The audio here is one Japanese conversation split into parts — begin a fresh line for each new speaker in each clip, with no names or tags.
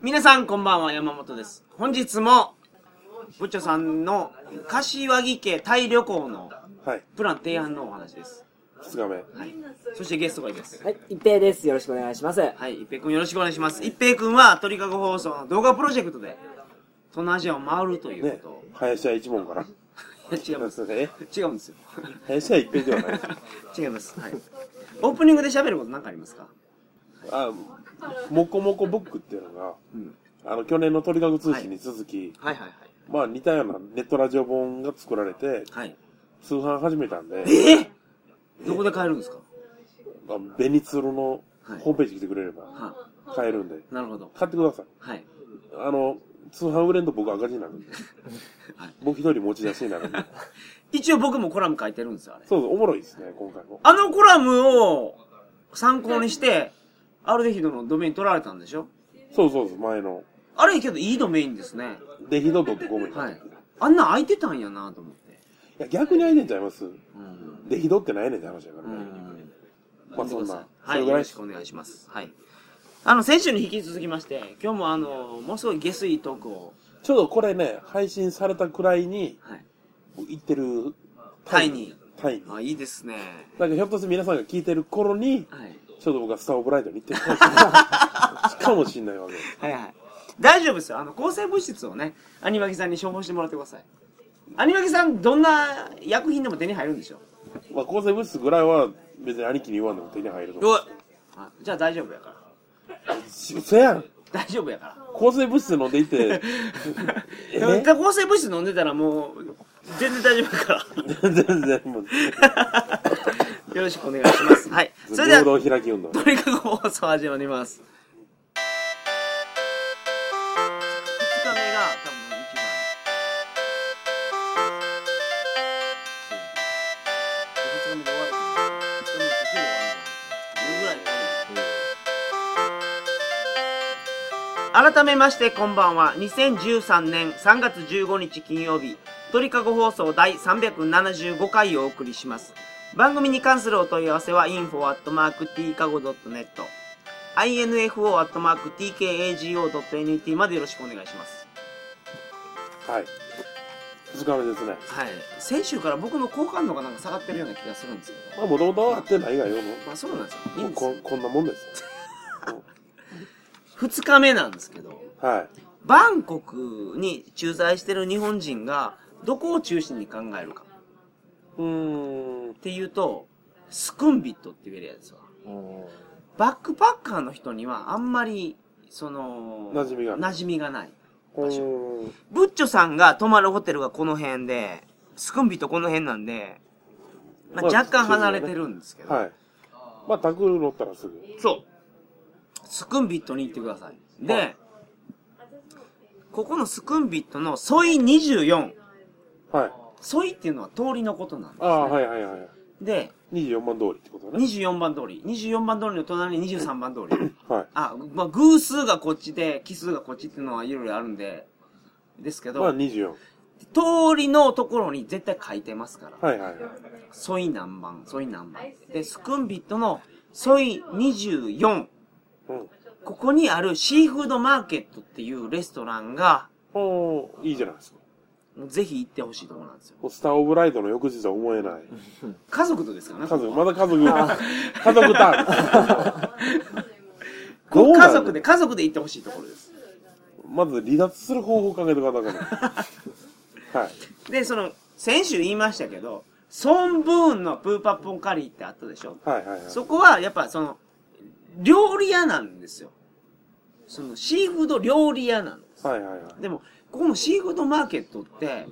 皆さんこんばんは、山本です。本日も、ブッチョさんの柏木家タイ旅行の
はい、
プラン提案のお話です。
2日目。
はい。そしてゲストがいます。
はい、一平です。よろしくお願いします。
はい、一平くんよろしくお願いします。一平くんは鳥かご放送の動画プロジェクトで、東南アジアを回るという
ね
ことを、、
林家一門から。
いや違うんです。
え
違うんですよ。
林家一平ではないです。
違います。はい。オープニングで喋ること何かありますか
あ、もこもこブックっていうのが、
うん。
あの、去年の鳥かご通信に続き、
はいはい
まあ似たようなネットラジオ本が作られて、
はい。はい。
通販始めたんで、
ええどこで買えるんですか
あベニツルのホームページ来てくれれば、
は
買えるんで、
い。なるほど。
買ってください。
はい。
あの、通販売れんと僕赤字になるんで
はい、
僕一人持ち出しになるんで、
一応僕もコラム書いてるんですよ、あれ。
そうそう、おもろいですね、今回も。
あのコラムを参考にして、アルデヒドのドメイン取られたんでしょ
そうそうそう、前の、
あれけどいいドメインですね。
デヒドドットコムに。
はいい。あんなん空いてたんやなと思って。
や、逆にあいねんちゃいます
うん。
で、ひどってないねんって話やから
う
ね。
ん。
まあそんな
は
それ
い、
ぐ
よろ
らいで
し
す
くお願いします。はい。あの、先週に引き続きまして、今日もあの、ものすごい下水トークを、
ちょうどこれね、配信されたくらいに
はい。
行ってる
タイに。
タイに。
あ、いいですね。
なんかひょっとして皆さんが聞いてる頃に、
はい。
ちょうど僕はスターオブライトに行ってる かもしれないわけ。
はいはい。大丈夫ですよ。あの、抗生物質をね、アニマキさんに処方してもらってください。アニマキさん、どんな薬品でも手に入るんでしょ
まあ、抗生物質ぐらいは別に兄貴に言わんでも手に入ると思う。
あじゃあ大丈夫やから。
嘘やん
大丈夫やか
抗生物質飲んでいて、え
ら。でも抗生物質飲んでたらもう、全然大丈夫やか
全然もう、
ら。よろしくお願いします。はい。それで
平
は、
等開き運動。
とにかく放送始まります。2日目が多分一番。2日目で終わる。2日目で途中で終わるぐらい終わる。改めましてこんばんは2013年3月15日金曜日鳥かご放送第375回をお送りします番組に関するお問い合わせは info.tkago.net info.tkago.net までよろしくお願いします
はい。二日目ですね。
はい先週から僕の好感度がなんか下がってるような気がするんですけど
まあ、もともとは合ってないがよ、も
まあそうなんですよ
う
いいんです
こ
よ
こんなもんですよ。
2日目なんですけど
はい。
バンコクに駐在してる日本人がどこを中心に考えるか
うーん
っ。ていうと、スクンビットって言えるやつは。バックパッカーの人にはあんまり、その、
馴染みがな
馴染みがない。
う
場所
ーん。
ブッチョさんが泊まるホテルがこの辺で、スクンビットこの辺なんで、まあ、
まあ
若干離れてるんですけど、
はい。まあ、タクル乗ったらすぐ。
そう。スクンビットに行ってください。で、
はい
ここのスクンビットのソイ24。
はい。
ソイっていうのは通りのことなんで
ああ、はいはいはい。
す。で、
24万通りってことね。
24番通り。24番通りの隣に23番通り。
は
あ、まあ、偶数がこっちで、奇数がこっちっていうのはいろいろあるんで、ですけ
い。
ど、
まあ、24。
通りのところに絶対書いてますから。
はいはい。
ソイ南蛮、ソイ南蛮。で、スクンビットのソイ24。
うん。
ここにあるシーフードマーケットっていうレストランが、
おー、いいじゃないですか。
ぜひ行ってほしいところなんですよ。
もうスター・オブ・ライドの翌日は思えない。
家族とですからね。
家族、まだ家族、家族ター ン。
こ
ど
こ
うな
家
ん
族で、家族で行ってほしいところです。
まず離脱する方法を考えてください。はい。
で、その、先週言いましたけど、ソンブーンのプーパッポンカリーってあったでしょ
はいはいはい。
そこは、やっぱその、料理屋なんですよ。その、シーフード料理屋なの。
はいはいはい。
でも、ここのシーフードマーケットって、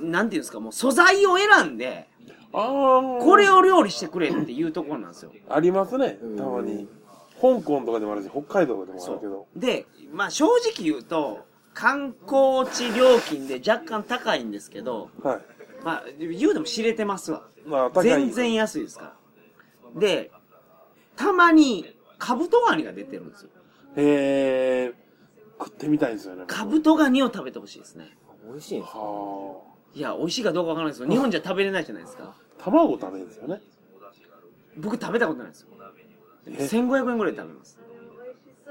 なんていうんですか、もう素材を選んで、
あー。
これを料理してくれっていうところなんですよ。
ありますね、たまに。香港とかでもあるし、北海道とかでもあるけど。
で、まあ正直言うと、観光地料金で若干高いんですけど、
はい。
まあ、言うでも知れてますわ。
まあ、高い。
全然安いですから。で、たまに、カブトガニが出てるんですよ。
へえ、食ってみたいんですよね。
カブトガニを食べてほしいですね。
美味しいんですか
はあ。
いや、美味しいかどうかわからないですよ。日本じゃ食べれないじゃないですか。
卵食べるんですよね。
僕食べたことないですよ。
え
1500円ぐらいで食べます。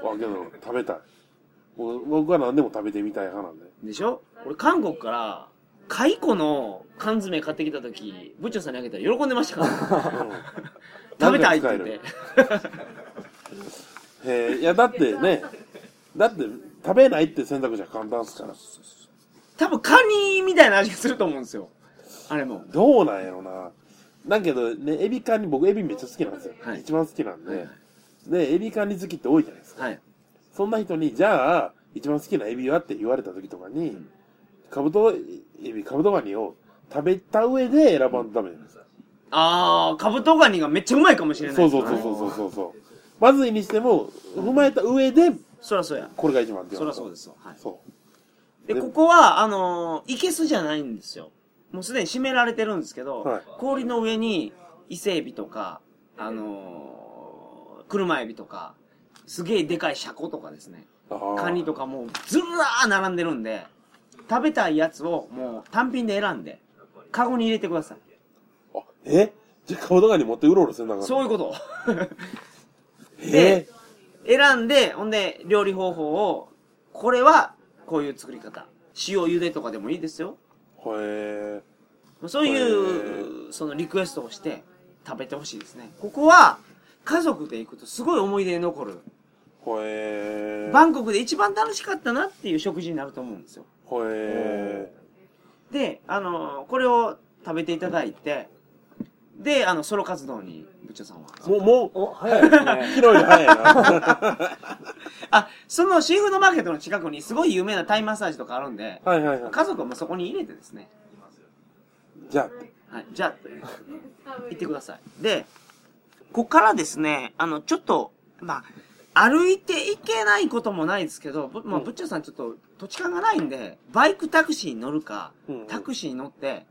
わけど、食べたい。もう僕は何でも食べてみたい派なんで。
でしょ俺、韓国から、蚕の缶詰買ってきた時、部長さんにあげたら喜んでましたから。 食べたいって言って。
うんえーいや、だってね、だって食べないって選択肢は簡単ですから。
多分カニみたいな味がすると思うんですよ。あれも。
どうなんやろな。だけどね、エビカニ、僕エビめっちゃ好きなんですよ。
はい
一番好きなんで、
はいはい
で、エビカニ好きって多いじゃないですか。
はい。
そんな人に、じゃあ、一番好きなエビはって言われた時とかに、カブトエビ、カブトガニを食べた上で選ばんとダメじゃないですか。
あー、カブトガニがめっちゃうまいかもしれない
そ
で
う
すか
そう
ら
そう
ね。
そうそうそう。まずいにしても、踏まえた上で、
そらそうや。
これが一番って言
そら
われた
そうですよ。はい。
そう。
で、
で
ここは、あのー、いけすじゃないんですよ。もうすでに閉められてるんですけど、
はい
氷の上に伊勢エビとか、あのー、車エビとか、すげえでかいシャコとかですね。
ああ
カニとかもうずらー並んでるんで、食べたいやつをもう単品で選んで、カゴに入れてください。
あえじゃあ、カブトガニ持ってうろうろせんなあかん
そういうこと。
え
選んで、ほんで、料理方法を、これは、こういう作り方。塩茹でとかでもいいですよ。
ー、へえ。
そう
へ
いう、そのリクエストをして食べてほしいですね。ここは、家族で行くとすごい思い出に残る。
ほえー。
バンコクで一番楽しかったなっていう食事になると思うんですよ。
ほえ
で、あのこれを食べていただいて、で、あの、ソロ活動に、部長さんは。
ー。もう、もう、
お、早いで す
昨
ね。
日より早いな。
あ、そのシーフードマーケットの近くにすごい有名なタイマッサージとかあるんで、
はいはいはい。
家族はもうそこに入れてですね。
じゃあ、
はい、じゃあ、 行ってください。で、ここからですね、あの、ちょっと、まあ、歩いていけないこともないですけど、ぶまあ、
うん
ぶっちゃさんちょっと土地勘がないんで、バイクタクシーに乗るか
うんうん、
タクシーに乗って、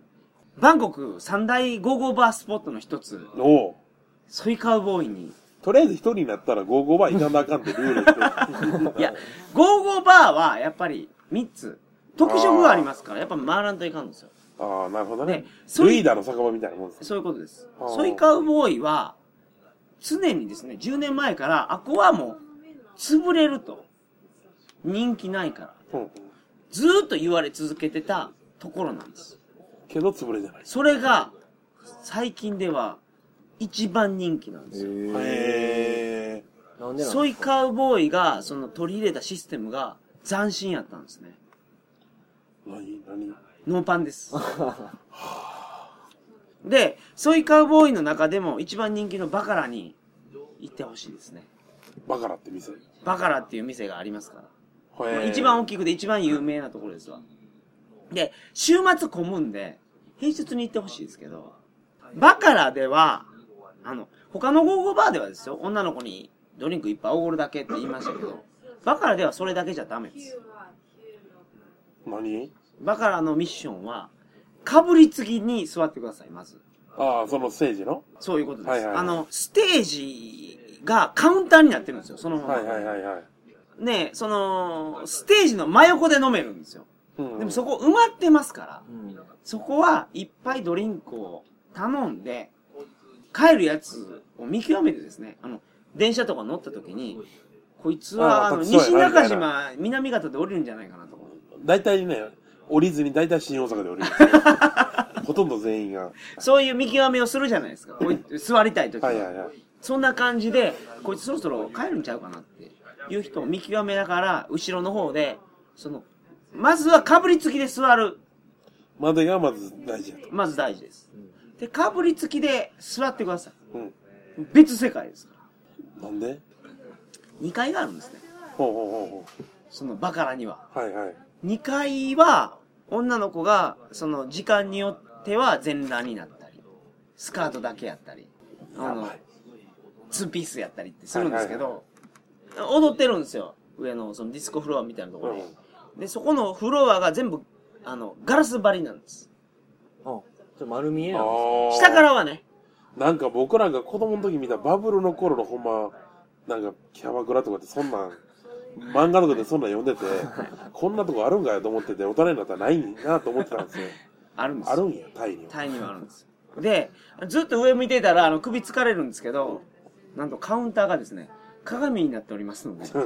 バンコク三大ゴーゴーバースポットの一つ、
おう
ソイカウボーイに、
とりあえず一人になったら55倍いかなあかんってルール って。
いや、ゴーゴーバーはやっぱり3つ、特色がありますから、やっぱ回らんといかんのですよ。
ああ、なるほどね
ね。それ
ルイーダーの酒場みたいなもんですね。
そういうことです
あ。ー
ソイカウボーイは、常にですね、10年前から、あ、ここはもう、潰れると。人気ないから。
うんうん。
ずーっと言われ続けてたところなんです。
けど潰れじゃない。
それが、最近では、一番人気なんですよ。
へえ。
なんでなん
ソイカウボーイが、その取り入れたシステムが、斬新やったんですね。
何何
ノーパン です。で、ソイカウボーイの中でも、一番人気のバカラに、行ってほしいですね。
バカラって店。
バカラっていう店がありますから。
へ
まあ
え
一番大きくで一番有名なところですわ。で、週末混むんで、平日に行ってほしいですけど、バカラでは、あの、他のゴーゴーバーではですよ、女の子にドリンク一杯おごるだけって言いましたけど、バカラではそれだけじゃダメです。
何
バカラのミッションは、かぶりつきに座ってください、まず。
ああ、そのステージの
そういうことです。
はいはいはい
あの、ステージがカウンターになってるんですよ、そのまま。
はいはいはいはい。
ねその、ステージの真横で飲めるんですよ。
うんうん
でもそこ埋まってますから、
うん
そこはいっぱいドリンクを頼んで、帰るやつを見極めてですね、あの、電車とか乗った時に、こいつは、
あ
あ
ー
の、
たくさん
西中
はい
島、南方で降りるんじゃないかなと。
大体ね、降りずに大体新大阪で降りるんですよ ほとんど全員が。
そういう見極めをするじゃないですか。こい座りたい時
はいはいはい。
そんな感じで、こいつそろそろ帰るんちゃうかなっていう人を見極めながら、後ろの方で、その、まずはかぶりつきで座る。
までがまず大事だと。
まず大事です。で、かぶりつきで座ってください。
うん。
別世界ですから。
なんで
2階があるんですね。
ほうほうほうほ
そのバカラには。
う。はいはい。
2階は、女の子が、その時間によっては全裸になったり、スカートだけやったり、あの、ツーピースやったりってするんですけど、踊ってるんですよ。上のそのディスコフロアみたいなところに。で、そこのフロアが全部、あの、ガラス張りなんです。
あ、ちょ丸見え
あ
なの
ー
下からはね、
なんか僕らが子供の時見たバブルの頃のほんま、なんかキャバクラとかってそんなん、漫画とかでそんなん読んでて、こんなとこあるんかよと思ってて、大人になったらないなと思ってたんですよ。
あるんですよ
あるんや、タイには。
タイにはあるんですよ。で、ずっと上向いてたら、あの、首疲れるんですけど、なんとカウンターがですね、鏡になっておりますので、タ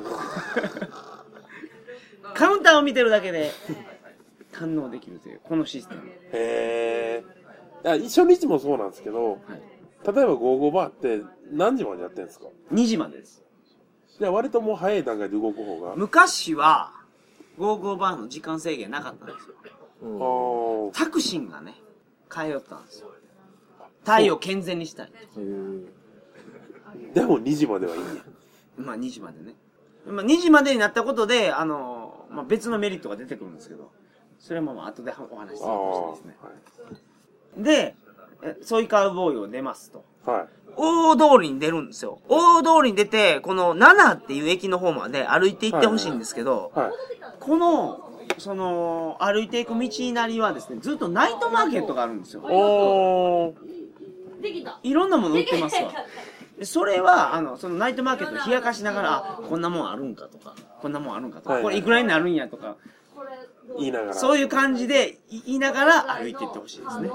ーを見てるだけで、堪能できるという、このシステム。
へえ。あ初日もそうなんですけど、
はい。
例えば55バーって何時までやってんですか
2時までです。
じゃあ割ともう早い段階で動く方が。あ
昔は、55バーの時間制限なかったんですよ。
うん
ー
タクシンがね、通ったんですよ。太陽健全にしたい。
そういう
でも2時まではいいんや。
まあ2時までね。まあ2時までになったことで、あの、まあ別のメリットが出てくるんですけど、それもまあ後でお話しす
あ
るかも
あ
しれないですね。で、えソイカウボーイを出ますと。
ー。はい。
大通りに出るんですよ。大通りに出て、この7っていう駅の方まで歩いて行ってほしいんですけど、
はい。
この、その、歩いていく道なりはですね、ずっとナイトマーケットがあるんですよ。
おー。
できた。
いろんなもの売ってますわ。でそれは、あの、そのナイトマーケットを冷やかしながら、あこんなもんあるんかとか、こんなもんあるんかと
は
か、
い
これいくらになるんやとか、
これ
言いながら。
そう
う。
いう感じでい言いながら歩いていってほしいですね。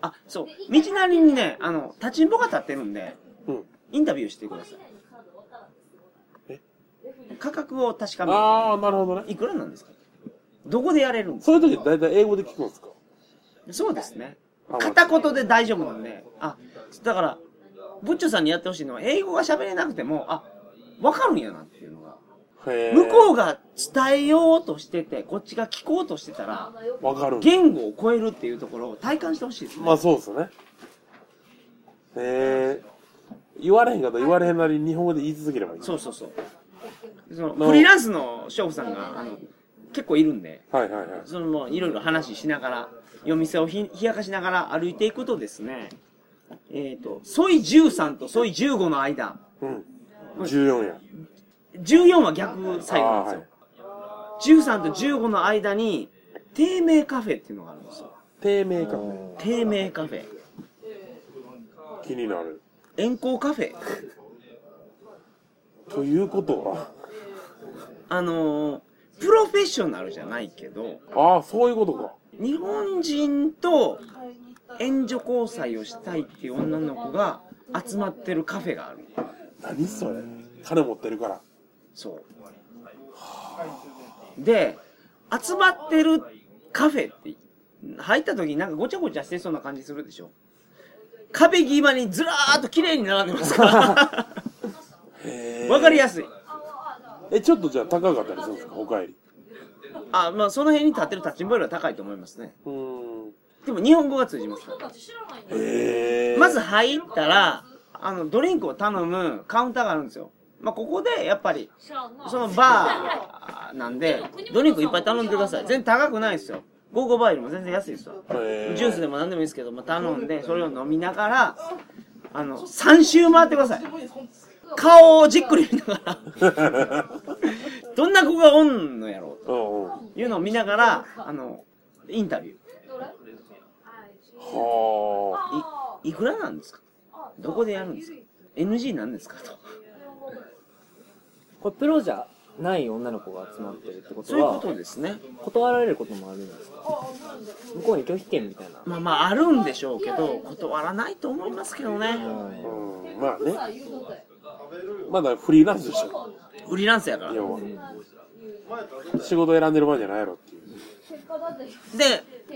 あ、そう。道なりにね、あの、立ちんぼが立ってるんで、
うん。
インタビューしてくださ
え
い。価格を確かめる。
ああ、なるほどね。
いくらなんですかどこでやれるんです
そういう時だいたい英語で聞くんですか
かそうですね。
あ
片言で大丈夫なんで。あ、だから、ブッチョさんにやってほしいのは、英語が喋れなくても、あ、わかるんやなっていうのが。
へ
向こ
う
うが伝えようとしてて、こっちが聞こうとしてたら、
わかる。
言語を超えるっていうところを体感してほしいですね。
まあそうですね。えー、言われへんかったら言われへんなりに日本語で言い続ければいい。
そうそうそう。その
の
フリーランスの勝負さんがあの結構いるんで、
はいはいはい。
そのもういろいろ話しながら、夜店をひ冷やかしながら歩いていくとですね、えっ、と、ソイ13とソイ15の間、
うん。14や。
14は逆サイドなん
あーはい
ですよ。13と15の間に、低迷カフェっていうのがあるんですよ。
低迷感
低迷カフェ。
気になる。
遠行カフェ。
ということは、
あのープロフェッショナルじゃないけど、
ああ、そういうことか。
日本人と援助交際をしたいっていう女の子が集まってるカフェがある。
何それ金持ってるから。
そう。で、集まってるカフェって、入った時になんかごちゃごちゃしてそうな感じするでしょ。壁際にずらーっと綺麗に並んでますから。わかりやすい。
え、ちょっとじゃあ高かったりするんですか他より。
あ、まあその辺に立ってる立ちんぼよりは高いと思いますね。
うーん。
でも日本語が通じますから。
えー。
まず、入ったら、あの、ドリンクを頼むカウンターがあるんですよ。まあ、ここで、やっぱり、そのバーなんで、ドリンクいっぱい頼んでください。全然高くないですよ。ゴーゴーバーよりも全然安いですよ。
え
ジュースで
も。
も何でもいいですけど、まあ、頼んで、それを飲みながら、あの、3周回ってください。顔をじっくり見ながら、 どんな子がおんのやろ
うんうん。は
う、いうのを見ながら、あの、インタビュ
あ。
ー。い、いくらなんですかどこでやるんですか ?NG なんですかと。
これプロじゃない女の子が集まってるってこと
そういう
は
ことですね。
断られることもあるんですか向こうに拒否権みたいな、
まあまああるんでしょうけど、断らないと思いますけどね。
うん。まあね。まだフリーランスでしょ。
フリーランスやから。で、
要は。仕事選んでる場合じゃないやろってい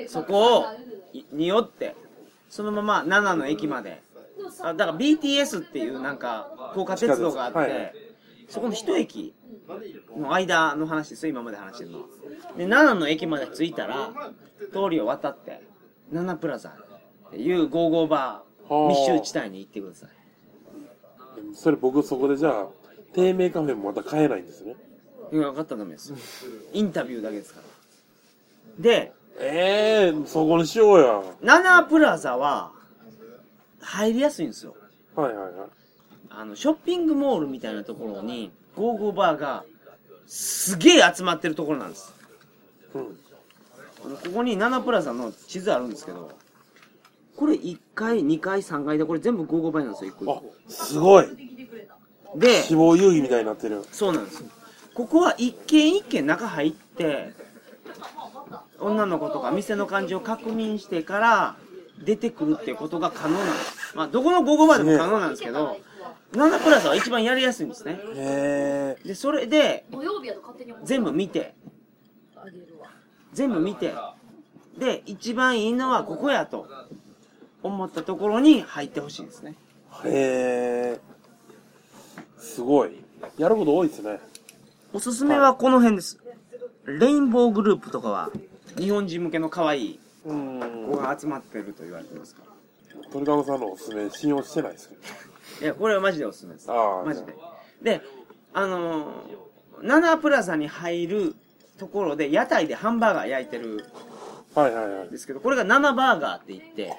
う。
そこを、いによって、そのまま7の駅まで。あだから BTS っていうなんか、高架鉄道があって、
地下鉄はい
そこの一駅の間の話ですよ、今まで話してるのは。で、7の駅まで着いたら、通りを渡って、7プラザっていう55バー、密集地帯に行ってください。
それ僕そこでじゃあ、低迷カフェもまた買えないんですね。
いや、分かったらダメです。インタビューだけですから。で、
ええー、そこにしようや。は
ナナプラザは、入りやすいんですよ。
いはいはい。
あの、ショッピングモールみたいなところに、ゴーゴーバーが、すげえ集まってるところなんです。
うん。
あのここにナナプラザの地図あるんですけど、これ1階、2階、3階で、これ全部ゴーゴーバーなんですよ、1
あ
個、
すごい。
一個。で、
死亡遊戯みたいになってる。
そうなんですよ。ここは一軒一軒中入って、女の子とか店の感じを確認してから出てくるっていうことが可能なんです。まあ、どこの午後までも可能なんですけど、7プラスは一番やりやすいんですね。
へえ。
で、それで
土曜日やと勝手に思ってた
全部見て、
あげるわ。
全部見て、で、一番いいのはここやと思ったところに入ってほしいですね。
へえ。すごい。やること多いですね。
おすすめはこの辺です。レインボーグループとかは、日本人向けの可愛い
うん
子が集まってると言われてますから。
鳥籠さんのおすすめ信用してないですけど。
いや、これはマジでおすすめです。
ああ
マジで。で、あのー、ナナプラザに入るところで、屋台でハンバーガー焼いてる
はいはいはい
んで。すけど、これがナナバーガーって言って、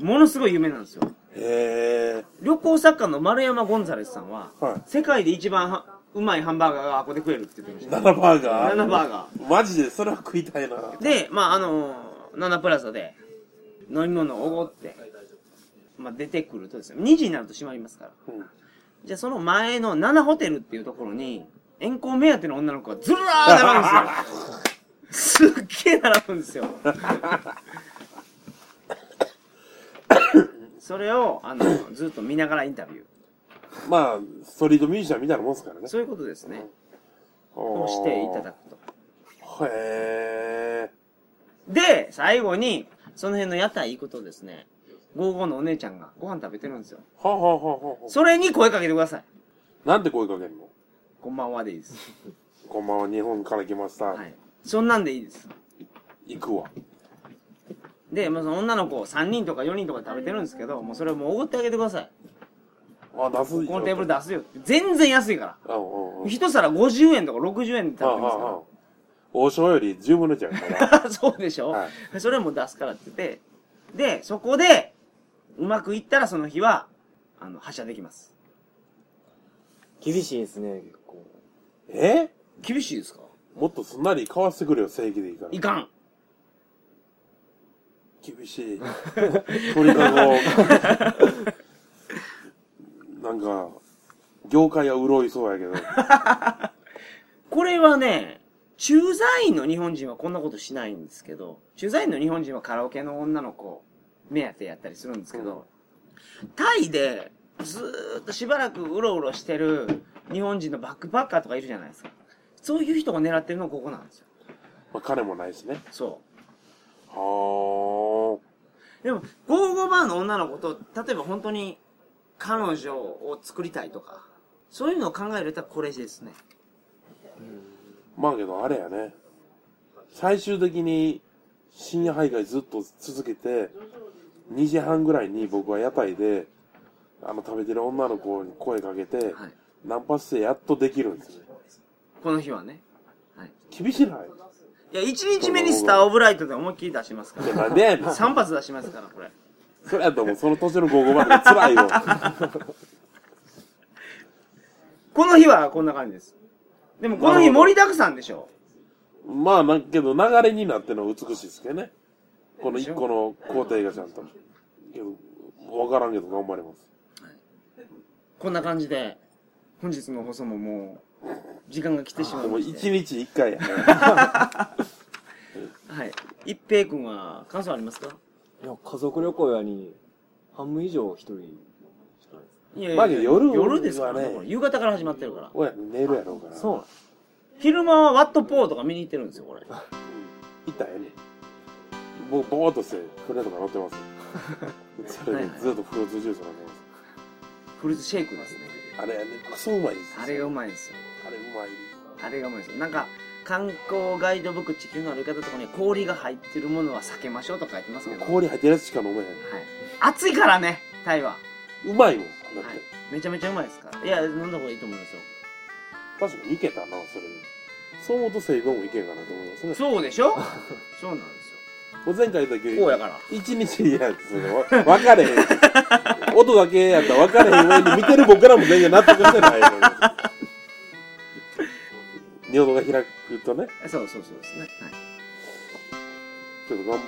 ものすごい有名なんですよ。
へえ。
旅行作家の丸山ゴンザレスさんは、
はい
世界で一番はうまいハンバーガーがここで食えるって言ってました。
7バーガー。
ナナバーガ
ー。マジでそれは食いたいな。
ー。で、まああのー、ナナプラザで飲み物をおごって、まあ出てくるとですね、2時になると閉まりますから。
うん
じゃあその前の7ホテルっていうところに、遠行目当ての女の子がずらー並ぶんですよ。すっげー並ぶんですよ。それを、あの、ずっと見ながらインタビュー。
まあ、ストリートミュージシャンみたいなもんですからね。
そういうことですね。
を
をしていただくと。
く。へえ。
で、最後に、その辺の屋台行くとですね、55のお姉ちゃんがご飯食べてるんですよ。
はあはあはあは
それに声かけてください。
あ。なんて声かけんの
こんばんはでいいです。
こんばんは、日本から来ました。
はい。そんなんでいいです。
行くわ。
で、まあ、その女の子3人とか4人とかで食べてるんですけど、もうそれをもうおごってあげてください。
あ、出すよ。
このテーブル出すよって。全然安いから。
うんうんうん。
一皿50円とか60円で
は
食べて
あ
ます
はあはあ
か。
王将より10分の1やから。
ら。 そうでしょ、
は
それも出すからって言って。で、そこで、うまくいったらその日は、あの、発射できます。
厳しいですね、結構。
え
厳しいですか
もっとすんなり買わせてくれよ、正義でいいから
い。かん。
厳しい。 鳥かご。 なんか、業界は潤いそうやけど。
これはね、駐在員の日本人はこんなことしないんですけど、駐在員の日本人はカラオケの女の子目当てやったりするんですけど、タイでずーっとしばらくうろうろしてる日本人のバックパッカーとかいるじゃないですか。そういう人が狙ってるのがここなんですよ。
まあ、金もないしね。
そ
は
う。でも、ゴーゴーバーの女の子と、例えば本当に彼女を作りたいとか、そういうのを考えるとこれですね。
あ。まあけど、あれやね。最終的に、深夜徘徊ずっと続けて、2時半ぐらいに僕は屋台で、あの、食べてる女の子に声かけて、
はい。
ナンパしてやっとできるんですよね。
この日はね。はい。
厳しない
いや、一日目にスターオブライトで思いっきり出しますから
い。やなんでやねん。
3発出しますから、これ。
それやともうその年の55まで辛いよ。
この日はこんな感じです。でもこの日
なるほど
盛りだくさんでしょ
まあ、なんけど、流れになってのは美しいですけどね。この一個の工程がちゃんと。けど、わからんけど頑張ります。
こんな感じで、本日の放送ももう、時間が来てしま
で
い
も、
まし
一
て。
日一回 やね。
はい。一平君は感想ありますか
いや、家族旅行やに、半分以上一人。
いやい
まあ夜はね
夜ですからね。これ夕方から始まってるから。
おや、寝るやろうから。う。
そうなん
昼間はワットポーとか見に行ってるんですよ、これ。
いたらええねん。ぼ、ぼーっとして、船とか乗って ます。それでずっとフルーツジュース飲んでま
フルーツシェイクですね。
す。あれやね、クソうまいです。
あれがうまいんですよ。
あれうまい。
あれがうまいんですよ。なんか、観光ガイドブック地球の歩き方とかに氷が入ってるものは避けましょうとか書いてますけど。
氷入ってるやつしか飲めへん。
はい。暑いからね、タイは。
うまいもん。だって。
はい。めちゃめちゃうまいですから。いや、飲んだ方がいいと思いますよ。
確かにいけたな、それで。そう思うとセイもいけんかなと思いますね。
そうでしょ そうなんで
お前回言った
す
け
よ。こうやから。
一日いやつね、わ分かれへん。 音だけやったら分かれへん上に見てる僕らも全然納得してな いのに。尿道が開くとね、
そうそうそうですね。はい。
ちょっとがん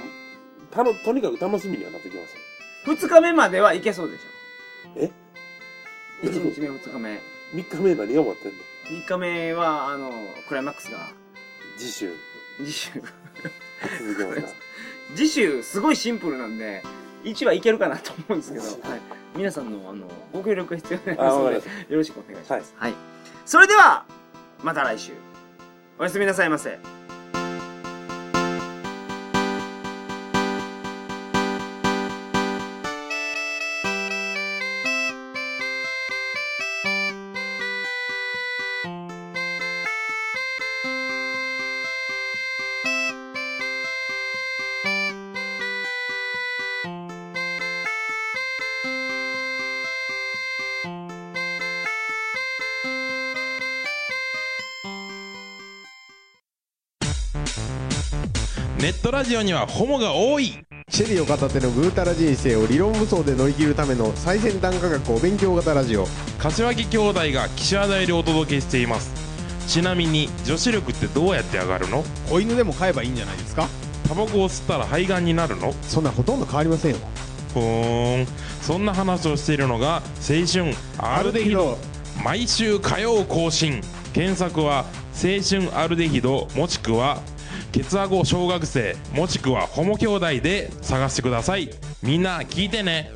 たの、とにかく楽しみにはなってきますよ。
二日目まではいけそう でしょ。
え
一日目、二日目。
三日目何が待ってんの
三日目は、あの、クライマックスが、
次週、
次週。
続きました。
次週、すごいシンプルなんで、一はいけるかなと思うんですけど、はい。皆さんの、あの、ご協力が必要になります
あわ
の
か
で
りま、
よろしくお願いします。はい。それでは、また来週。おやすみなさいませ。
ネットラジオにはホモが多い
シェリーを片手のぐうたら人生を理論武装で乗り切るための最先端科学お勉強型ラジオ
柏木兄弟が岸和田よりお届けしていますちなみに女子力ってどうやって上がるの
子犬でも飼えばいいんじゃないですか
タバコを吸ったら肺がんになるの
そんなほとんど変わりませんよ
ふーんそんな話をしているのが青春アルデヒド毎週火曜更新検索は青春アルデヒドもしくはケツアゴ小学生もしくはホモ兄弟で探してくださいみんな聞いてね